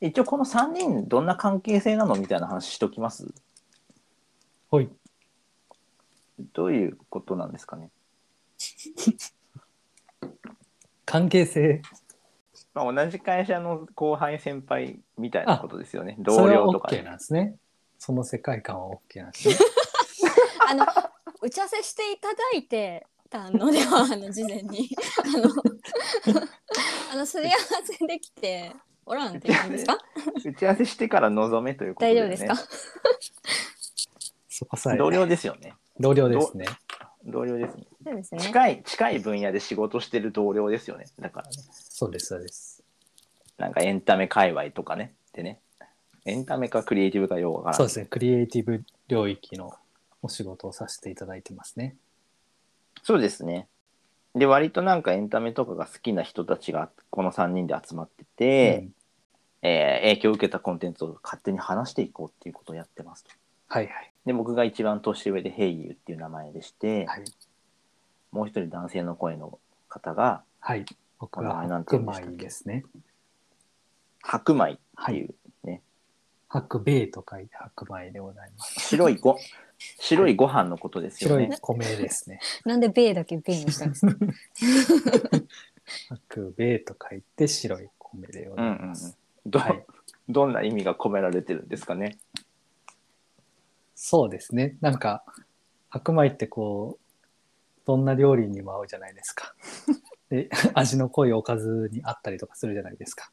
一応この3人どんな関係性なのみたいな話しときますはい。どういうことなんですかね関係性。まあ、同じ会社の後輩先輩みたいなことですよねそ同れは僚とか、 OK なんですね。その世界観は OK なんで すね。あの打ち合わせしていただいてたのではあの事前に あのあのすり合わせできておらんって言うんですか打ち合わせしてから望めということ大で、ね、丈夫ですかそこさえ。同僚ですよね同僚ですね。同僚ですねそうですね近い近い分野で仕事してる同僚ですよねだからねそうです、そうです。なんかエンタメ界隈とかねでねエンタメかクリエイティブかようわからそなういですね。クリエイティブ領域のお仕事をさせていただいてますね。そうですねで割となんかエンタメとかが好きな人たちがこの3人で集まってて、うんえー影響を受けたコンテンツを勝手に話していこうっていうことをやってますとはいはい。で僕が一番年上で「ヘイユー」っていう名前でして、はい。もう一人男性の声の方がはい。僕お名前なはんて白言うんでしたっけ米ですね。白米っていう、白米と書いて白米でございます。白いご白いご飯のことですよ白いね。米ですね。なんで米だけ米にしたんですか白米と書いて白い米でごうざんういんうんます。ど、はいどんな意味が込められてるんですかね。そうですね。なんか、白米ってこう、どんな料理にも合うじゃないです か。で、味の濃いおかずにあったりとかするじゃないですか。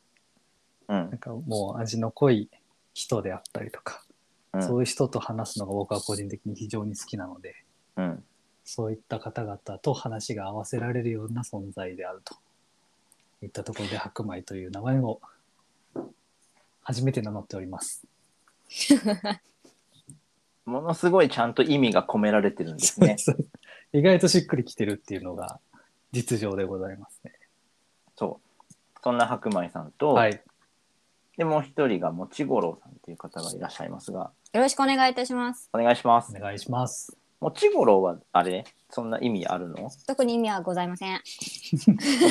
うんなんかもう味の濃い人であったりとか、うんそういう人と話すのが僕は個人的に非常に好きなので、うんそういった方々と話が合わせられるような存在であると。いったところで白米という名前を初めて名乗っております。ものすごいちゃんと意味が込められてるんですね。そうです 意外としっくりきてるっていうのが実情でございますね。そう。そんな白米さんと、はい。でもう一人がもちごろうさんという方がいらっしゃいますが、よろしくお願いいたしますお願いしますお。願いします。もちごろうはあれそんな意味あるの？特に意味はございません、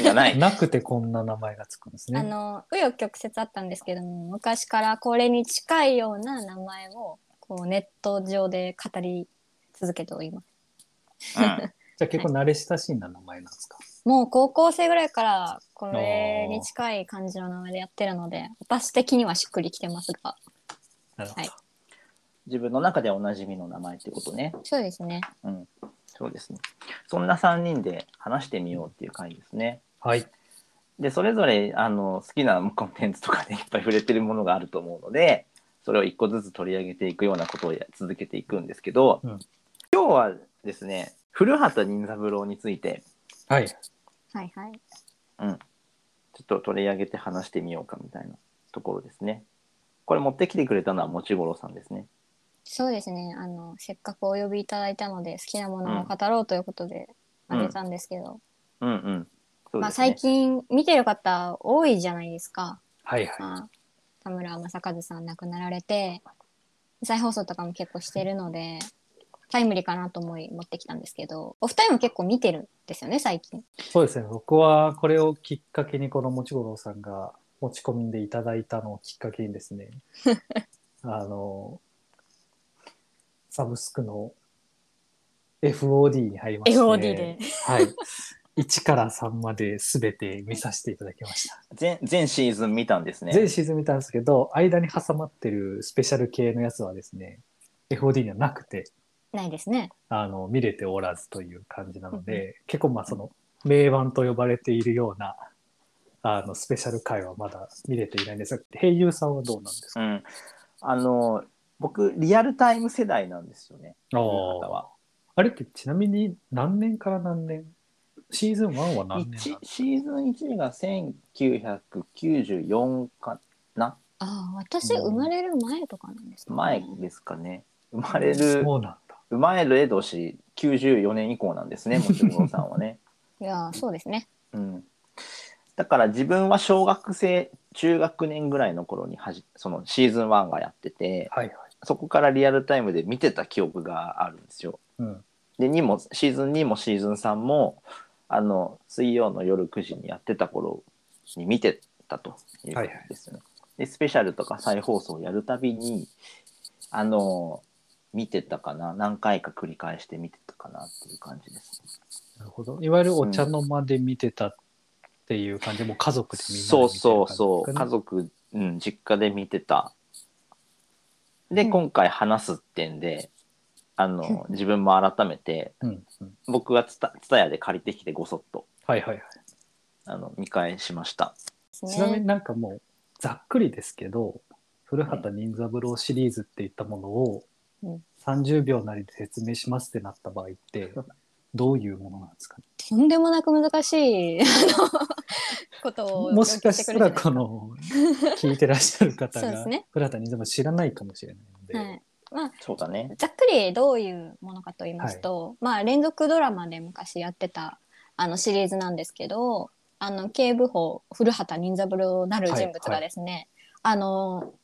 じゃない。なくてこんな名前がつくんですあね。の紆余曲折あったんですけども昔からこれに近いような名前をこうネット上で語り続けておりますうんじゃあ結構慣れ親しんだ名前なんですか。もう高校生ぐらいからこれに近い感じの名前でやってるので私的にはしっくりきてますがなるほど。は自分の中ではおなじみの名前ってことね。そうですねうん。そうですね。そんな3人で話してみようっていう回ですね。はい。で、それぞれあの好きなコンテンツとかでいっぱい触れてるものがあると思うので、それを一個ずつ取り上げていくようなことをや続けていくんですけど、うん今日はですね、古畑任三郎について、はい。はいはいちょっと取り上げて話してみようかみたいなところですね。これ持ってきてくれたのはもちごろさんですね。そうですねあのせっかくお呼びいただいたので好きなものを語ろうということでうんあげたんですけど、うんうん。そうですねまあ、最近見てる方多いじゃないですか、はいはい。まあ、田村正和さん亡くなられて再放送とかも結構してるのでタイムリーかなと思い持ってきたんですけどお二人も結構見てるんですよね最近。そうですね。僕はこれをきっかけにこのもちごろうさんが持ち込んでいただいたのをきっかけにです ね。あのサブスクの FOD に入りまして FOD で。はい。1から3まで全て見させていただきました。全全シーズン見たんですね。全シーズン見たんですけど、間に挟まってるスペシャル系のやつはですね、FOD にはなくて、 ないですね。あの、見れておらずという感じなので、結構まあその、名盤と呼ばれているような、あの、スペシャル回はまだ見れていないんですが、平優さんはどうなんですうか、ん、あの僕リアルタイム世代なんですよね。あ古畑ーはあれってちなみに何年から何年シーズン1は何年一なシーズン1が1994かなああ私生まれる前とかなんですかね前ですかね。生まれのるそうなんだ。生まれる年94年以降なんです ねもちろんさんはね。いやーそうですね。うん、だから自分は小学生中学年ぐらいの頃にはじそのシーズン1がやっててはいはい。そこからリアルタイムで見てた記憶があるんですよ。うん。で2もシーズン2もシーズン3もあの水曜の夜9時にやってた頃に見てたということですよね。でスペシャルとか再放送やるたびにあの見てたかな何回か繰り返して見てたかなっていう感じです、なるほど。いわゆるお茶の間で見てたっていう感じ、もう家族でみんなで見てるそうそうそう家感じですかね族、うん、実家で見てたで、うん今回話すってんであの自分も改めてうんうん。僕がツタツタヤで借りてきてごそっとはいはいはい。あの見返しましたねちなみになんかもうざっくりですけど古畑任三郎シリーズっていったものをうん30秒なりで説明しますってなった場合っ てどういうものなんですかねとんでもなく難しい あのことをもしかしたらこの、の聞いてらっしゃる方そうでがすね古畑任三郎知らないかもしれないので、はい、そうだねざっくりどういうものかと言いますと、まあ連続ドラマで昔やってたあのシリーズなんですけどあの警部補古畑任三郎なる人物がですね、あの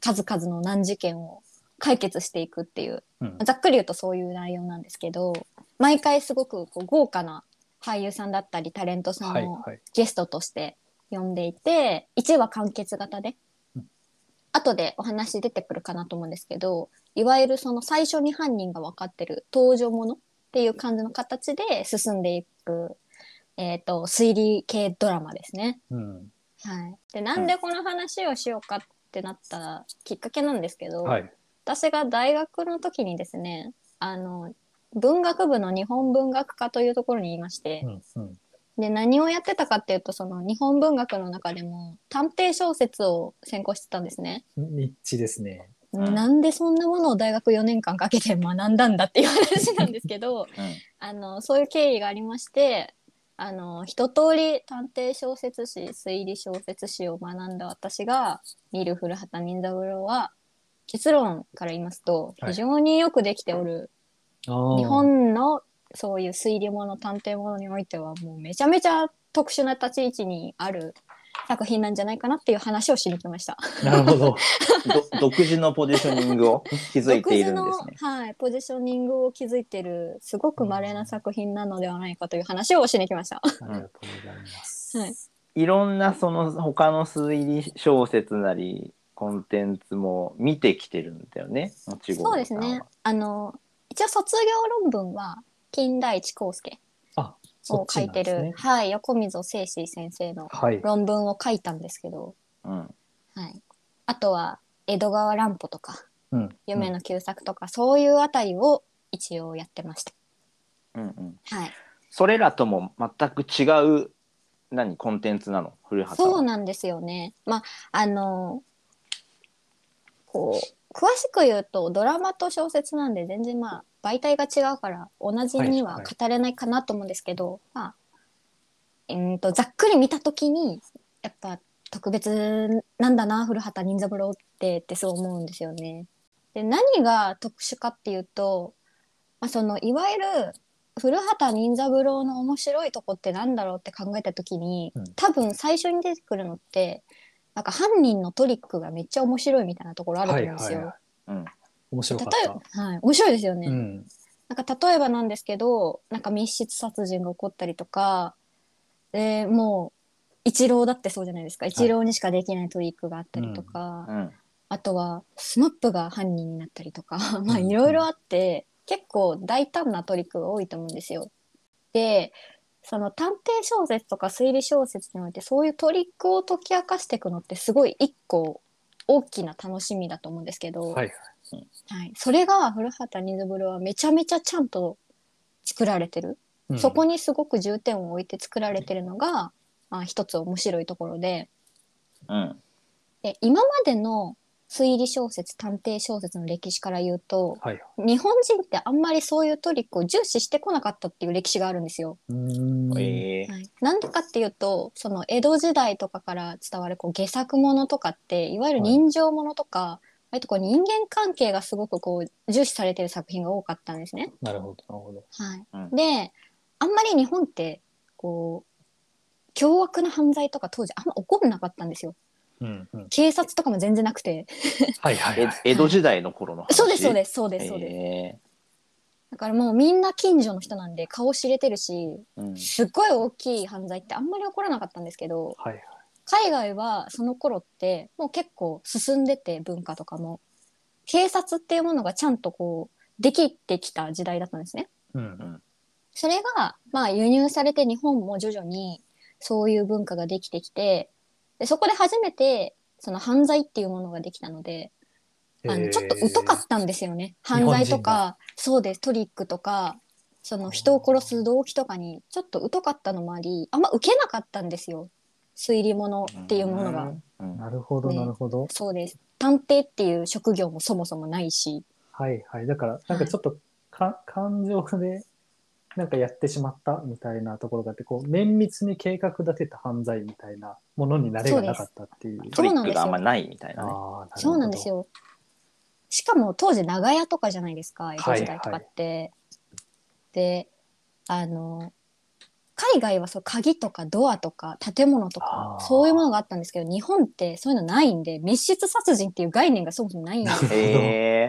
数々の難事件を解決していくっていううんざっくり言うとそういう内容なんですけど毎回すごくこう豪華な俳優さんだったりタレントさはいんをはいゲストとして呼んでいて1話完結型でうん後でお話出てくるかなと思うんですけどいわゆるその最初に犯人が分かってる登場ものっていう感じの形で進んでいく、えー、と推理系ドラマですね。うんはい、でなんでこの話をしようかってなったきっかけなんですけど、はい私が大学の時にですねあの文学部の日本文学科というところにいまして、うんうんで何をやってたかっていうとその日本文学の中でも探偵小説を専攻してたんですね、ニッチですね。うんなんでそんなものを大学4年間かけて学んだんだっていう話なんですけどあのそういう経緯がありましてあの一通り探偵小説史推理小説史を学んだ私が見る古畑任三郎は結論から言いますとはい非常によくできておる、あー日本のそういう推理物探偵物においてはもうめちゃめちゃ特殊な立ち位置にある作品なんじゃないかなっていう話をしに来ました。なるほど。ど 独自のポジショニン グを築いているんですね独自の、はい、ポジショニングを築いてるすごく稀な作品なのではないかという話をしに来ました。ありがとうございます。はい、いろんなその他の推理小説なりコンテンツも見てきてるんだよね。もちそごうろでさすんはね。あの一応卒業論文は金田一耕助あ、そをっち書いなんでてする、ね。はい横溝正史先生のはい。論文を書いたんですけど、うん。はい、あとは江戸川乱歩とか。うん。夢の旧作とか、そういうあたりを一応やってました。うんうん。はい、それらとも全く違う何コンテンツなの古畑はそうなんですよね。まああのこう詳しく言うとドラマと小説なんで全然まあ媒体が違うから同じにははいはい語れないかなと思うんですけど、まあうーんとざっくり見た時にやっぱ特別なんだな古畑任三郎ってってそう思うんですよね。で何が特殊かっていうと、まあ、そのいわゆる古畑任三郎の面白いとこってなんだろうって考えた時に、うん多分最初に出てくるのってなんか犯人のトリックがめっちゃ面白いみたいなところあると思うんですよ。はいはいはうん。面白かっ例えた。ば、はい、面白いですよね。うん。なんか例えばなんですけどなんか密室殺人が起こったりとか、えーもう一郎だってそうじゃないですか一郎にしかできないトリックがあったりとか、うん。あとはスマップが犯人になったり とかまあうんいろいろあって、結構大胆なトリックが多いと思うんですよ。でその探偵小説とか推理小説においてそういうトリックを解き明かしていくのってすごい一個大きな楽しみだと思うんですけど、はいはい。はい、それが古畑任三郎はめちゃめちゃちゃんと作られてる、うんそこにすごく重点を置いて作られてるのが、まあ、一つ面白いところで。うん。で今までの推理小説探偵小説の歴史から言うとはいはい。日本人ってあんまりそういうトリックを重視してこなかったっていう歴史があるんですよ。うーんええはいなんでかっていうとその江戸時代とかから伝わるこう下作ものとかっていわゆる人情ものとか、割とこう人間関係がすごくこう重視されてる作品が多かったんですね。なるほど、なるほど。はいうんであんまり日本ってこう凶悪な犯罪とか当時あんま起こんなかったんですよ。うんうん。警察とかも全然なくて。はいはいはい。え江戸時代の頃の話。。そうですそうですすそうですそうです。えだからもうみんな近所の人なんで顔知れてるしえうん。すっごい大きい犯罪ってあんまり起こらなかったんですけどはいはい。海外はその頃ってもう結構進んでて文化とかも警察っていうものがちゃんとこうできてきた時代だったんですね。うん。それが、まあ、輸入されて日本も徐々にそういう文化ができてきてでそこで初めてその犯罪っていうものができたのであへのーちょっと疎かったんですよね日犯本人が罪とかそうですトリックとかその人を殺す動機とかにちょっと疎かったのもありあんま受けなかったんですよ推理物っていうものが。うんなるほど、ねなるほど。そうです探偵っていう職業もそもそもないしはいはい。だから、なんかちょっとか、感情で、なんかやってしまったみたいなところがあって、こう、綿密に計画立てた犯罪みたいなものになれがなかったっていう。トリックがあんまないみたいなね。ああ、そうなんですよ。よ。しかも当時長屋とかじゃないですか江戸はい時代とかって。であの海外はそう鍵とかドアとか建物とかあーそういうものがあったんですけど日本ってそういうのないんで密室殺人っていう概念がそもそもないん ですよへえ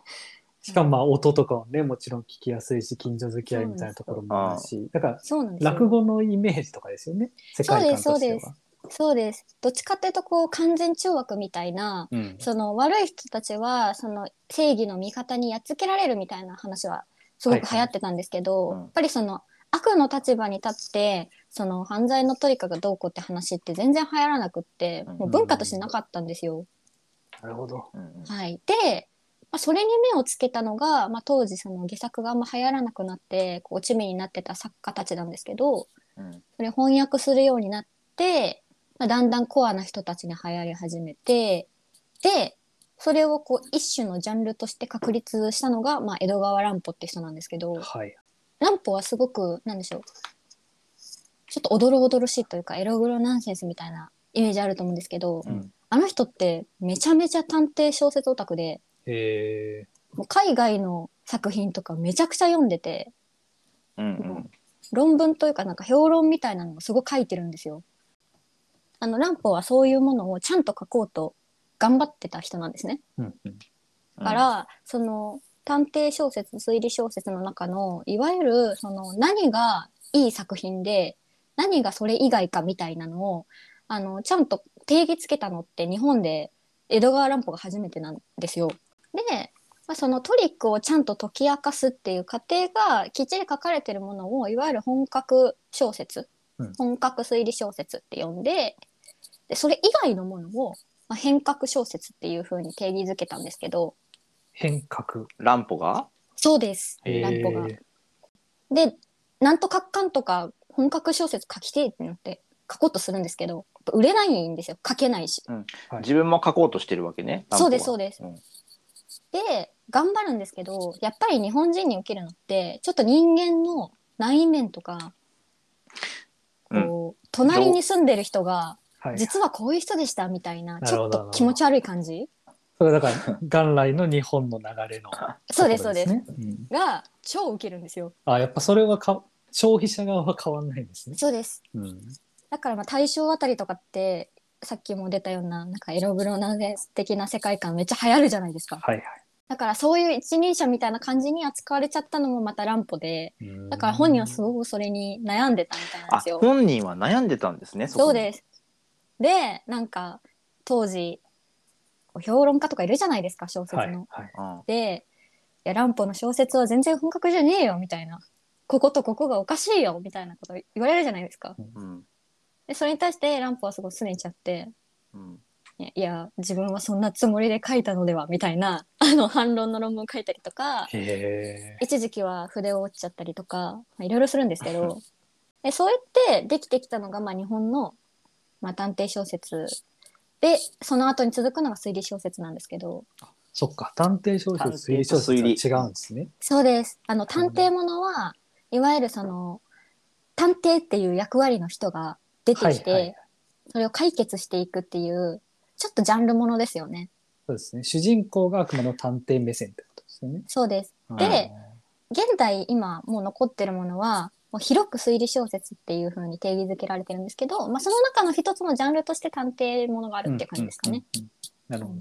しかもまあ音とかはね、もちろん聞きやすいし、近所付き合いみたいなところもあるし、だからそうなんです落よ語のイメージとかですよね、世界観としては。そうですどっちかっていうとこう完全懲悪みたいなうんその悪い人たちはその正義の味方にやっつけられるみたいな話はすごく流行ってたんですけど、はいはいうんやっぱりその悪の立場に立ってその犯罪のトリカがどうこうって話って全然流行らなくってもう文化としてなかったんですよ。なるほど。うんはい、で、まあ、それに目をつけたのが、まあ、当時その下作があんま流行らなくなってこう落ち目になってた作家たちなんですけどうんそれ翻訳するようになって、まあ、だんだんコアな人たちに流行り始めてでそれをこう一種のジャンルとして確立したのが、まあ、江戸川乱歩って人なんですけどはい。乱歩はすごくなんでしょうちょっとおどろおどろしいというかエログロナンセンスみたいなイメージあると思うんですけど、うんあの人ってめちゃめちゃ探偵小説オタクでえもう海外の作品とかめちゃくちゃ読んでてうんうん論文というかなんか評論みたいなのもすごい書いてるんですよ。あの乱歩はそういうものをちゃんと書こうと頑張ってた人なんですね。ーうんうんうんから、その探偵小説推理小説の中のいわゆるその何がいい作品で何がそれ以外かみたいなのをあのちゃんと定義つけたのって日本で江戸川乱歩が初めてなんですよ。で、まあ、そのトリックをちゃんと解き明かすっていう過程がきっちり書かれてるものをいわゆる本格小説、うん本格推理小説って呼んででそれ以外のものを、まあ、変革小説っていうふうに定義づけたんですけど、変革。乱歩がそうです。へー乱歩がえ。で、なんとかっかんとか本格小説書きてえってなって書こうとするんですけど、やっぱ売れないんですよ。書けないし。はい自分も書こうとしてるわけね。そうですそうでです。うんで、頑張るんですけど、やっぱり日本人に受けるのって、ちょっと人間の内面とか、こう、隣に住んでる人が、はい。実はこういう人でしたみたいな、なちるょほどっと気持ち悪い感じそれはだから、元来の日本の流れの。 そうです、そうです。ね。うんが、超受けるんですよ。あ、やっぱそれはか消費者側は変わんないんですね。そうです。うん。だからまあ大正あたりとかってさっきも出たようななんかエログロナンス的な世界観めっちゃ流行るじゃないですかはいはだからそういう一人者みたいな感じに扱われちゃったのもまた乱歩でい。うんだから本人はすごくそれに悩んでたみたいなんあですよ。本人は悩んでたんですね。こそうですでなんか当時評論家とかいるじゃないですか小説の。はいはい。うんで「いや乱歩の小説は全然本格じゃねえよ」みたいな「こことここがおかしいよ」みたいなこと言われるじゃないですか。うんでそれに対して乱歩はすごい拗ねちゃってうんいやいや自分はそんなつもりで書いたのではみたいな あの反論の論文を書いたりとかへえ。一時期は筆を折っちゃったりとかまあいろいろするんですけど でそうやってできてきたのが、まあ、日本の、まあ、探偵小説でその後に続くのが推理小説なんですけどそっか、探偵小説、推理小説は違うんですね。そうですあの探偵ものはいわゆるその探偵っていう役割の人が出てきて、はいはいはいそれを解決していくっていうちょっとジャンルものですよね。そうですね。主人公があくまでも探偵目線ってことですよね。そうですで現代今もう残ってるものはもう広く推理小説っていう風に定義づけられてるんですけど、まあ、その中の一つのジャンルとして探偵ものがあうるん、っていう感じですかね。うん。うんなるほ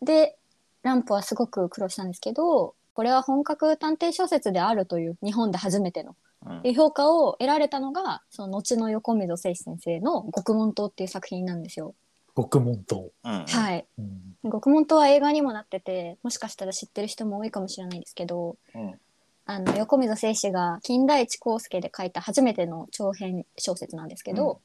ど。で乱歩はすごく苦労したんですけどこれは本格探偵小説であるという日本で初めてのうんで評価を得られたのがその後の横溝誠史先生の「獄門島」っていう作品なんですよ。獄門島。うんはい、うん獄門島は映画にもなっててもしかしたら知ってる人も多いかもしれないですけどうんあの横溝正史が金田一耕助で書いた初めての長編小説なんですけど、うん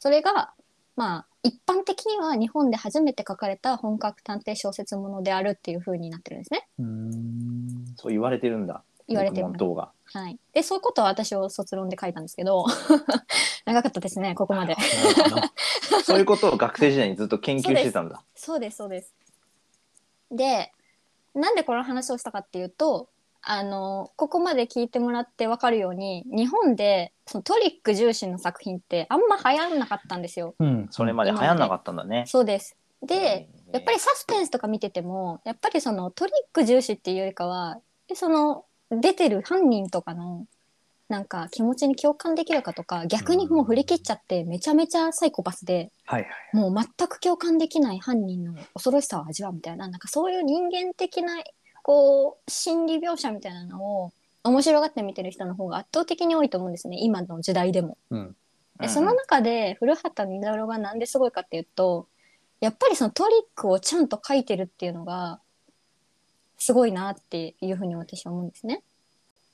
それがまあ一般的には日本で初めて書かれた本格探偵小説ものであるっていう風になってるんですねうーん。そう言われてるんだ。言われてる僕も動画。はい、でそういうことは私を卒論で書いたんですけど 長かったですねここまでそういうことを学生時代にずっと研究してたんだ。そうですそうですでなんでこの話をしたかっていうとあのここまで聞いてもらって分かるように日本でそのトリック重視の作品ってあんま流行んなかったんですようん。それまで流行んなかったんだね。そうですで、うんやっぱりサスペンスとか見ててもやっぱりそのトリック重視っていうよりかはその出てる犯人とかのなんか気持ちに共感できるかとか逆にもう振り切っちゃってめちゃめちゃサイコパスではいはい。もう全く共感できない犯人の恐ろしさを味わうみたいななんかそういう人間的なこう心理描写みたいなのを面白がって見てる人の方が圧倒的に多いと思うんですね今の時代でも。うん。でその中で古畑任三郎がなんですごいかっていうとやっぱりそのトリックをちゃんと書いてるっていうのがすごいなっていうふうに私は思うんですね。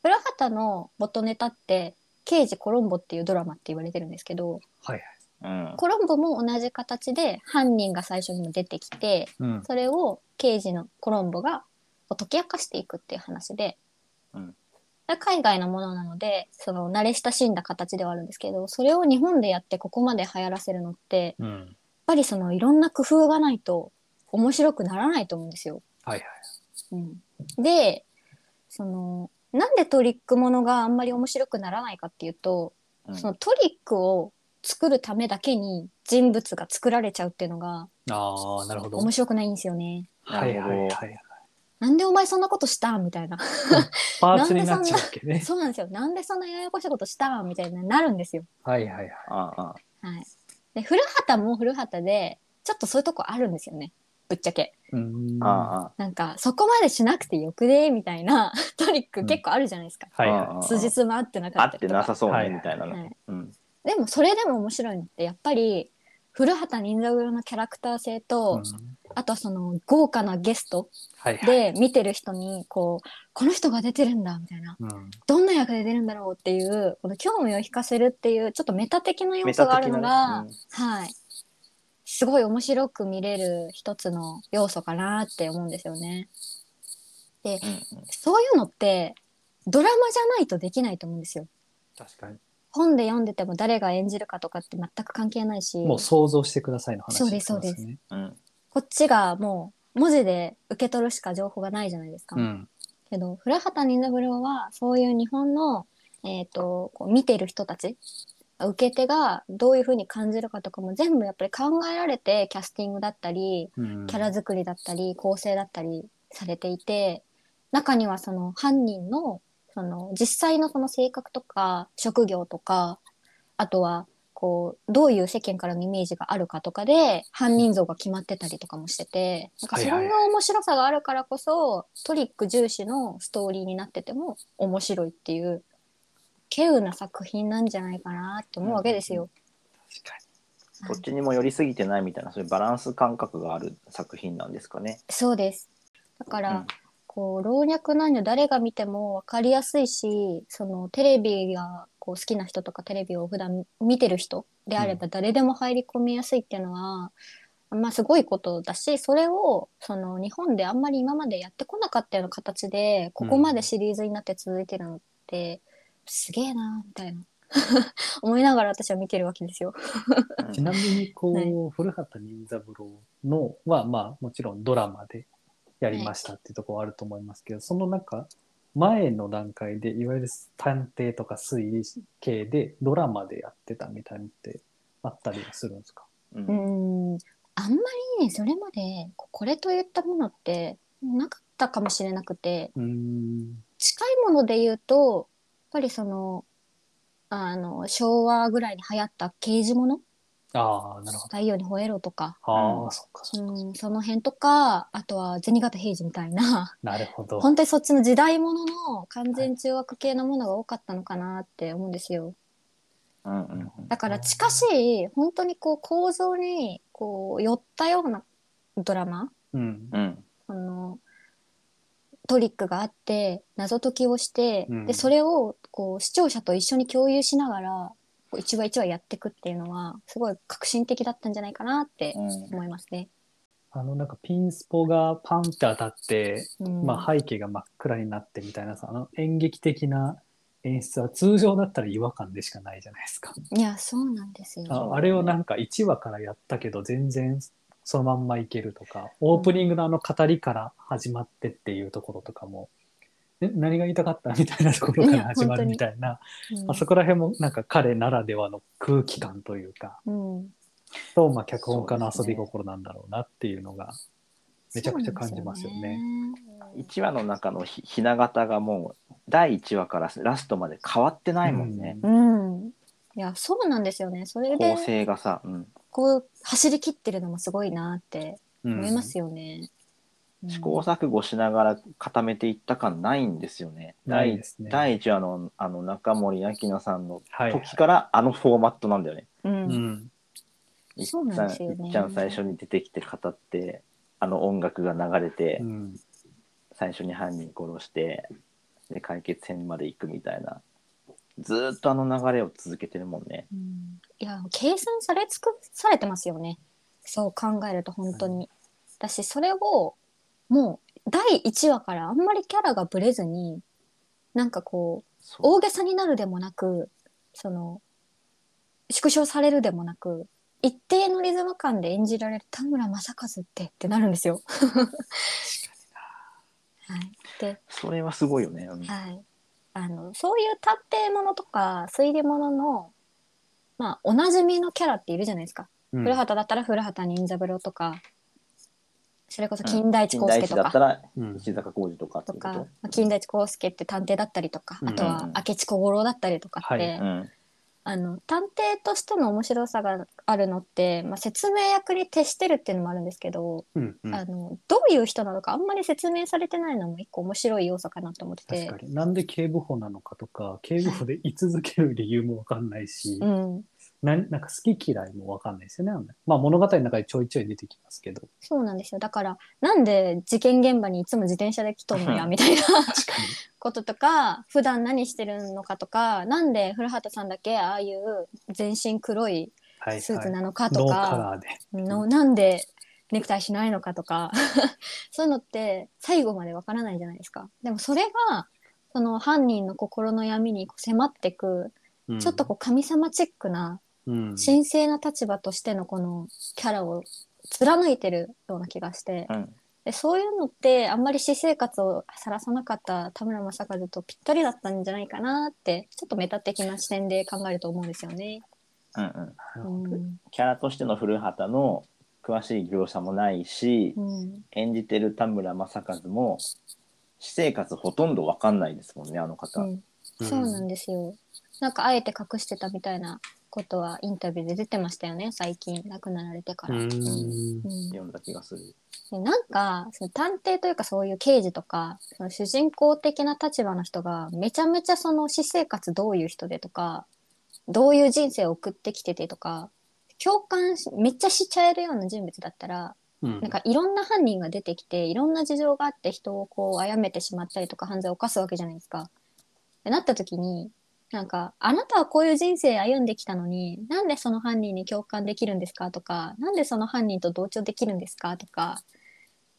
古畑の元ネタって「刑事コロンボ」っていうドラマって言われてるんですけどはいはい。うん。コロンボも同じ形で犯人が最初にも出てきてうん。それを刑事のコロンボがを解き明かしていくっていう話で、うんだから海外のものなのでその慣れ親しんだ形ではあるんですけどそれを日本でやってここまで流行らせるのってやっうん。ぱりそのいろんな工夫がないと面白くならないと思うんですよ。はいはい。うん、でそのなんでトリックものがあんまり面白くならないかっていうと、うんそのトリックを作るためだけに人物が作られちゃうっていうのがああ、なるほど。面白くないんですよね。はいはいはいはい。なんでお前そんなことしたみたいな。パーツになっちゃうわけね。そうなんですよ。なんでそんなややこしいことしたんみたいになるんですよ。はいはいはい。ああああはい。で、古畑も古畑で、ちょっとそういうとこあるんですよね。ぶっちゃけ。うーん。ああああなんか、そこまでしなくてよくねみたいな トリック結構あるじゃないですか。はいあはあああ数日も合ってなか合ったっりてとか。なさそうはいねみたいなの。はいうんでも、それでも面白いのって、やっぱり、古畑任三郎のキャラクター性い。うと、んあとはその豪華なゲストはいはい。で見てる人にこうこの人が出てるんだみたいなうん。どんな役で出るんだろうっていうこの興味を引かせるっていうちょっとメタ的な要素があるのが、メタ的はい。すごい面白く見れる一つの要素かなって思うんですよね。うんうんそういうのってドラマじゃないとできないと思うんですよ。確かに。本で読んでても誰が演じるかとかって全く関係ないし、もう想像してくださいの話そうですそうですすね。うんこっちがもう文字で受け取るしか情報がないじゃないですか。うん。けど古畑任三郎はそういう日本の、えー、とこう見てる人たち受け手がどういうふうに感じるかとかも全部やっぱり考えられてキャスティングだったりうんキャラ作りだったり構成だったりされていて中にはその犯人のその実際のその性格とか職業とかあとはこうどういう世間からのイメージがあるかとかで犯人像が決まってたりとかもしててなんかはいそはいんな面白さがあるからこそトリック重視のストーリーになってても面白いっていう稀有な作品なんじゃないかなって思うわけですよ。確かどっちにも寄りすぎてないみたいなそういうバランス感覚がある作品なんですかね。そうですだから、うんこう老若男女誰が見ても分かりやすいしそのテレビがこう好きな人とかテレビを普段見てる人であれば誰でも入り込みやすいっていうのは、まあすごいことだしそれをその日本であんまり今までやってこなかったような形でここまでシリーズになって続いてるのって、すげえなみたいな 思いながら私は見てるわけですよ。うにんちなみにこう、はい古畑任三郎のはまあもちろんドラマでやりましたっていうところはあると思いますけど、その中前の段階でいわゆる探偵とか推理系でドラマでやってたみたいなのってあったりはするんですかううんんあんまりねそれまでこれといったものってなかったかもしれなくてうーん近いもので言うとやっぱりそのあの昭和ぐらいに流行った刑事ものああ、なるほど。太陽に吠えろとか、あうあ、んそっか、そっか。うん、その辺とか、あとは銭形平次みたいな、なるほど。本当にそっちの時代ものの完全中学系のものが多かったのかなって思うんですよ。うんうんうんだから近しい、本当にこう構造にこう寄ったようなドラマうん。うんそのトリックがあって謎解きをして、うんでそれをこう視聴者と一緒に共有しながらこう一話一話やっていくっていうのはすごい革新的だったんじゃないかなってうん思いますね。あの、なんかピンスポがパンって当たって、うんまあ背景が真っ暗になってみたいなさ、あの演劇的な演出は通常だったら違和感でしかないじゃないですか。いやそうなんですよ。ああれをなんか1話からやったけど全然そのまんまいけるとかオープニングのあの語りから始まってっていうところとかも、え何が言いたかったみたいなところかいらや始まるみたいなうんあそこら辺もなんか彼ならではの空気感というかうんと、まあ、脚本家のそ遊うでびすね心なんだろうなっていうのがめちゃくちゃ感じますよね。うん1話の中のひひな形がもう第1話からラストまで変わってないもんね、うん、いやそうなんですよね。それで構成がさ、うん、こう走り切ってるのもすごいなってうん思いますよね。うん試行錯誤しながら固めていった感ないんですよね。ないですね第1話のあの中森明菜さんのはいはい時からあのフォーマットなんだよね。うんうんいっちそうなゃんんですよねいっちゃん最初に出てきて語ってあの音楽が流れて、うん最初に犯人殺してで解決編まで行くみたいなずーっとあの流れを続けてるもんね。うんいや計算され尽くされてますよねそう考えると本当に、だしそれをもう第1話からあんまりキャラがぶれずになんかこうそう大げさになるでもなくその縮小されるでもなく一定のリズム感で演じられる田村正和ってってなるんですよ。 はい、でそれはすごいよね。うんはい、あのそういう探偵ものとか推理ものの、まあ、おなじみのキャラっているじゃないですか、うん古畑だったら古畑任三郎とかそれこそ金田一耕金田助と一だかっ、たらうん石坂浩二とかってというかこまあ金田一耕助って探偵だったりとか、うんあとは明智小五郎だったりとかって、はいと。うんあの探偵としての面白さがあるのって、まあ、説明役に徹してるっていうのもあるんですけど、うんうんあのどういう人なのかあんまり説明されてないのも一個面白い要素かなと思って確てか。になんで警部補なのかとか警部補で居続ける理由もわかんないし、うんななんか好き嫌いもわかんないですよねあのね。まあ物語の中でちょいちょい出てきますけど。そうなんですよだからなんで事件現場にいつも自転車で来とん のやみたいな確かこととか普段何してるのかとかなんで古畑さんだけああいう全身黒いに。スーはツいなのかノとーか、カラーで。のなんでネクタイしないのかとか そういうのって最後までわからないじゃないですか。でもそれがその犯人の心の闇にこう迫ってく、うんちょっとこう神様チックなうん神聖な立場としてのこのキャラを貫いてるような気がしてう、んでそういうのってあんまり私生活をさらさなかった田村正和とぴったりだったんじゃないかなってちょっとメタ的な視点で考えると思うんですよね。うんうんうんキャラとしての古畑の詳しい描写もないし、うん、演じてる田村正和も私生活ほとんどわかんないですもんねあの方、うんそうなんですよ。なんかあえて隠してたみたいなことはインタビューで出てましたよね最近亡くなられてかうら。んうん読んだ気がする。でなんかその探偵というかそういう刑事とかその主人公的な立場の人がめちゃめちゃその私生活どういう人でとかどういう人生を送ってきててとか共感しめっちゃしちゃえるような人物だったらうんなんかいろんな犯人が出てきていろんな事情があって人をこう殺めてしまったりとか犯罪を犯すわけじゃないですか。ってなった時になんかあなたはこういう人生歩んできたのになんでその犯人に共感できるんですかとかなんでその犯人と同調できるんですかとか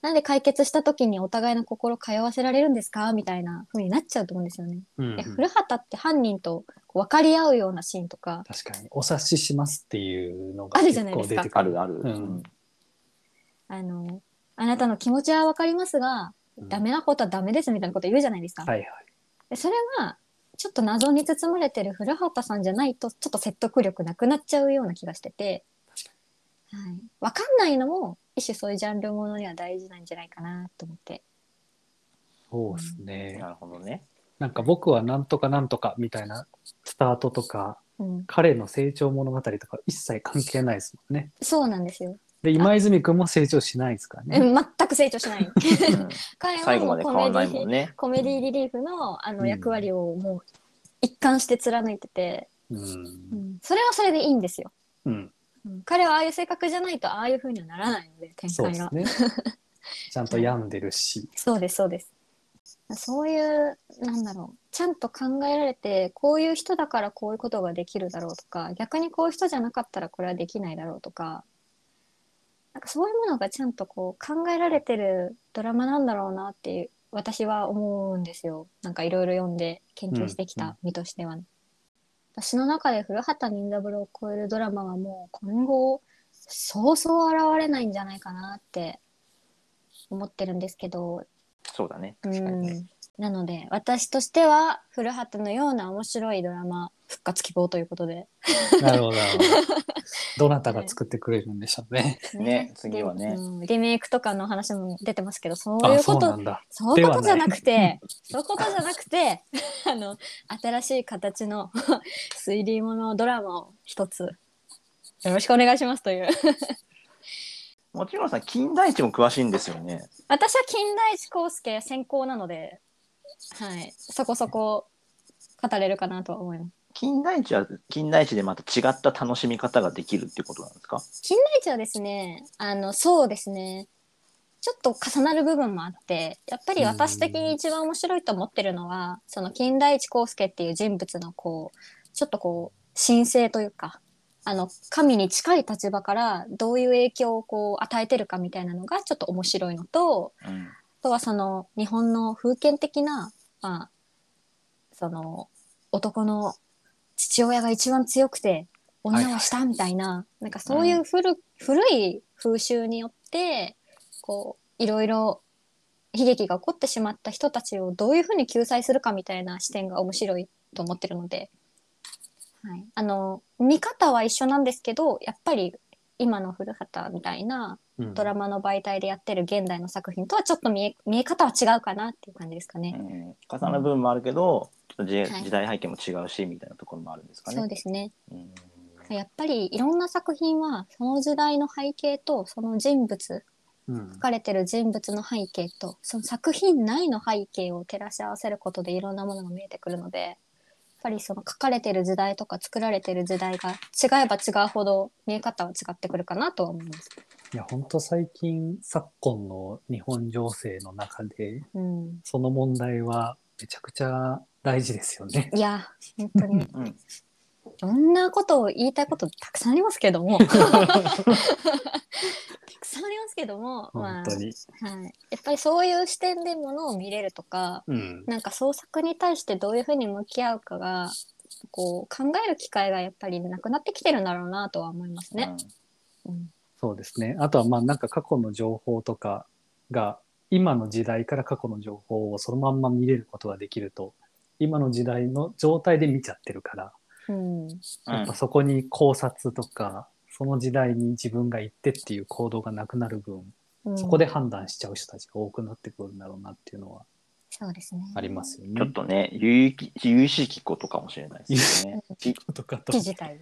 なんで解決した時にお互いの心通わせられるんですかみたいな風になっちゃうと思うんですよね。うんで古畑って犯人とこう分かり合うようなシーンとか確かに。お察ししますっていうのがあるじゃないで結すか構出てくあるある。うんあのあなたの気持ちは分かりますがうんダメなことはダメですみたいなこと言うじゃないですか。はいはい。でそれがちょっと謎に包まれてる古畑さんじゃないとちょっと説得力なくなっちゃうような気がしてて、はい、分かんないのも一種そういうジャンルものには大事なんじゃないかなと思って。そうですうんね な。るほどね。なんか僕はなんとかなんとかみたいなスタートとかうん、彼の成長物語とか一切関係ないですもんね。そうなんですよ、で今泉君も成長しないですからえね。全く成長 しないうん彼は最後まもうでコ変メわデんィないもんね。コメディリリーフのあうのん役割をもう一貫して貫いてて、うんそれはそれでいいんですよ、うん、うん彼はああいう性格じゃないとああいうふうにはならないので展そう開でがすね。 ちゃんと病んでるし。そうですそうですそういうなんだろうちゃんと考えられてこういう人だからこういうことができるだろうとか逆にこういう人じゃなかったらこれはできないだろうとかなんかそういうものがちゃんとこう考えられてるドラマなんだろうなっていう私は思うんですよなんかいろいろ読んで研究してきうんうんた身としてはね、私の中で古畑任三郎を超えるドラマはもう今後そうそう現れないんじゃないかなって思ってるんですけどそうだね。確かにうね。んなので私としては古畑のような面白いドラマ復活希望ということで なるほ ど。なるほどどなたが作ってくれるんでしょう ね。ね次はねでうんリメイクとかの話も出てますけどそういあ、うそこうなとんだ。そういうことじゃなくて そういうことじゃなくて あの新しい形の 推理ものドラマを一つよろしくお願いしますという もちろんさん、金田一も詳しいんですよね。私は金田一耕助専攻なので、はい、そこそこ語れるかなとは思います。金田一は金田一でまた違った楽しみ方ができるっていうことなんですか金田一はですねあのそうですねちょっと重なる部分もあってやっぱり私的に一番面白いと思ってるのはその金田一耕助っていう人物のこうちょっとこう神聖というかあの神に近い立場からどういう影響をこう与えてるかみたいなのがちょっと面白いのとうん。あとはその日本の封建的な、まあ、その男の父親が一番強くて女はしたみたいな,、なんかそういう古,、古い風習によってこういろいろ悲劇が起こってしまった人たちをどういうふうに救済するかみたいな視点が面白いと思ってるので、はい、あの見方は一緒なんですけどやっぱり今の古畑みたいなうんドラマの媒体でやってる現代の作品とはちょっと見え見え方は違うかなっていう感じですかうね。ん、重なる部分もあるけど、ちょっと時はい時代背景も違うし、みたいなところもあるんですかね。そうですね。うんやっぱりいろんな作品はその時代の背景とその人物うん書かれてる人物の背景とその作品内の背景を照らし合わせることでいろんなものが見えてくるのでやっぱりその書かれてる時代とか作られてる時代が違えば違うほど見え方は違ってくるかなとは思います。いや、本当最近、昨今の日本情勢の中で、うん、その問題はめちゃくちゃ大事ですよ ね。いや本当にいうんろんなことを言いたいことたくさんありますけど も。たくさんありますけども、ま本あ当に。はい、やっぱりそういう視点でものを見れるとかうん。なんか創作に対してどういうふうに向き合うかがこう考える機会がやっぱりなくなってきてるんだろうなとは思いますね。うんそうですね。あとはまあなんか過去の情報とかが今の時代から過去の情報をそのまんま見れることができると今の時代の状態で見ちゃってるから、ううんんやっぱそこに考察とかその時代に自分が行ってっていう行動がなくなる分うんそこで判断しちゃう人たちが多くなってくるんだろうなっていうのはそうですねありますよね。ちょっとね、有意義有意識ことかもしれないですよね。 いとかと記事体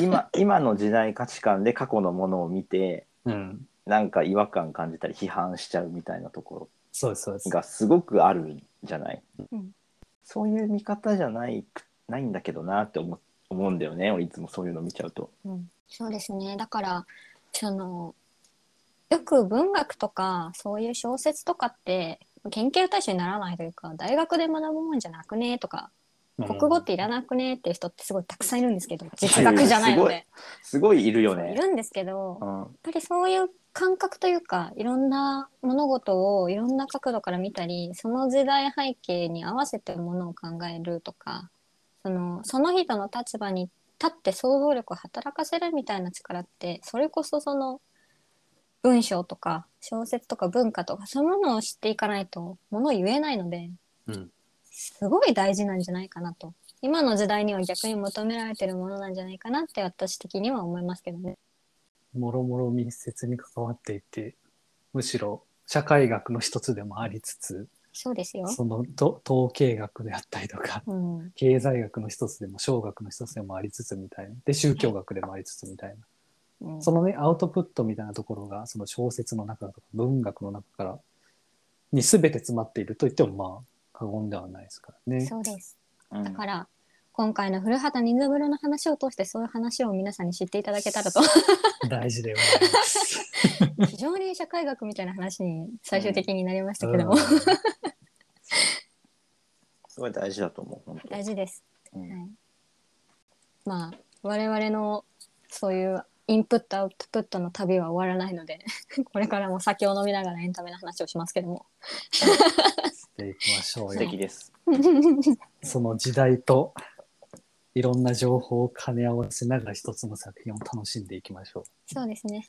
今今の時代価値観で過去のものを見て、うん、なんか違和感感じたり批判しちゃうみたいなとこそうですそうですろ。がすごくあるんじゃない、うんそういう見方じゃないくないんだけどなって思う思うんだよね俺いつもそういうの見ちゃうと。うん、そうですねだからそのよく文学とかそういう小説とかって研究対象にならないというか大学で学ぶもんじゃなくねとか国語っていらなくねっていう人ってすごいたくさんいるんですけど実学じゃないので。すごいいるよいね。るんですけどうやっん、ぱりそういう感覚というかいろんな物事をいろんな角度から見たりその時代背景に合わせてものを考えるとかそのその人の立場に立って想像力を働かせるみたいな力ってそれこそその文章とか小説とか文化とかそういうものを知っていかないとものを言えないのでうんすごい大事なんじゃないかなと今の時代には逆に求められてるものなんじゃないかなって私的には思いますけどね。もろもろ密接に関わっていてむしろ社会学の一つでもありつつそうですよ。そのと統計学であったりとかうん。経済学の一つでも商学の一つでもありつつみたいなで宗教学でもありつつみたいなうんそのねアウトプットみたいなところがその小説の中とか文学の中からに全て詰まっていると言ってもまあ過言ではないですからね。そうです。うんだから、今回の古畑任三郎の話を通してそういう話を皆さんに知っていただけたらと 大事でござい ます。非常に社会学みたいな話に最終的になりましたけども、うすごい大事だと思う本当大事です、うはんい、まあ我々のそういうインプットアウトプットの旅は終わらないので これからも酒を飲みながらエンタメの話をしますけどもんしていきましょう素よ敵。です。その時代といろんな情報を兼ね合わせながら一つの作品を楽しんでいきましょう。そうですね